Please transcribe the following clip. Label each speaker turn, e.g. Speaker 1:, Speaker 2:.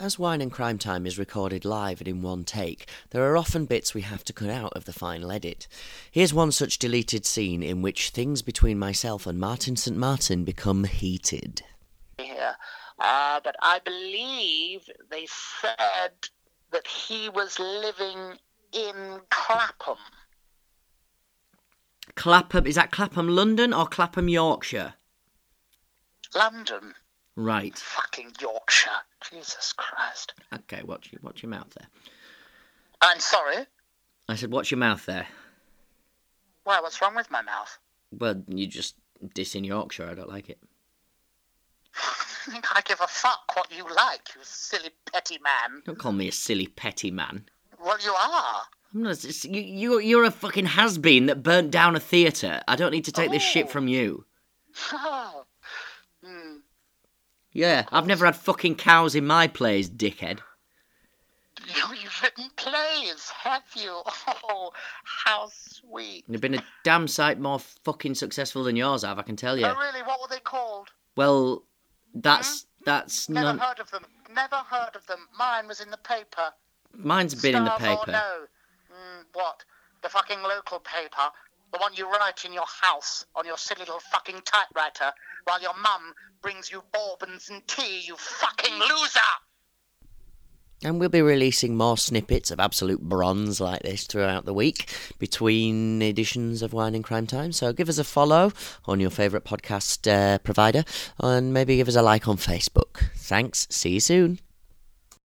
Speaker 1: As Wine and Crime Time is recorded live and in one take, there are often bits we have to cut out of the final edit. Here's one such deleted scene in which things between myself and Martin St. Martin become heated.
Speaker 2: here. Uh, but I believe they said that he was living in Clapham.
Speaker 1: Clapham, is that Clapham, London or Clapham, Yorkshire?
Speaker 2: London.
Speaker 1: Right.
Speaker 2: Fucking Yorkshire. Jesus Christ.
Speaker 1: Okay, watch, your- watch your mouth there.
Speaker 2: I'm sorry.
Speaker 1: I said, watch your mouth there.
Speaker 2: Why, what's wrong with my mouth?
Speaker 1: Well, you just dissing Yorkshire. I don't like it.
Speaker 2: I think I give a fuck what you like, you silly petty man.
Speaker 1: Don't call me a silly petty man.
Speaker 2: Well, you are.
Speaker 1: I'm not. It's, you, you, you're a fucking has been that burnt down a theatre. I don't need to take this shit
Speaker 2: Oh.
Speaker 1: from you.
Speaker 2: Oh. Hmm.
Speaker 1: Yeah, I've never had fucking cows in my plays, dickhead.
Speaker 2: You, you've written plays, have you? Oh, how sweet.
Speaker 1: And I've been a damn sight more fucking successful than yours have, I can tell you.
Speaker 2: Oh, really? What were they called?
Speaker 1: Well, that's that's
Speaker 2: Never
Speaker 1: none.
Speaker 2: heard of them. Never heard of them. Mine was in the paper.
Speaker 1: Mine's been in the
Speaker 2: Starve or
Speaker 1: paper.
Speaker 2: no. Mm, what? The fucking local paper. The one you write in your house on your silly little fucking typewriter while your mum brings you bourbons and tea, you fucking loser!
Speaker 1: And we'll be releasing more snippets of absolute bronze like this throughout the week between editions of Wine and Crime Time. So give us a follow on your favourite podcast uh, provider and maybe give us a like on Facebook. Thanks. See you soon.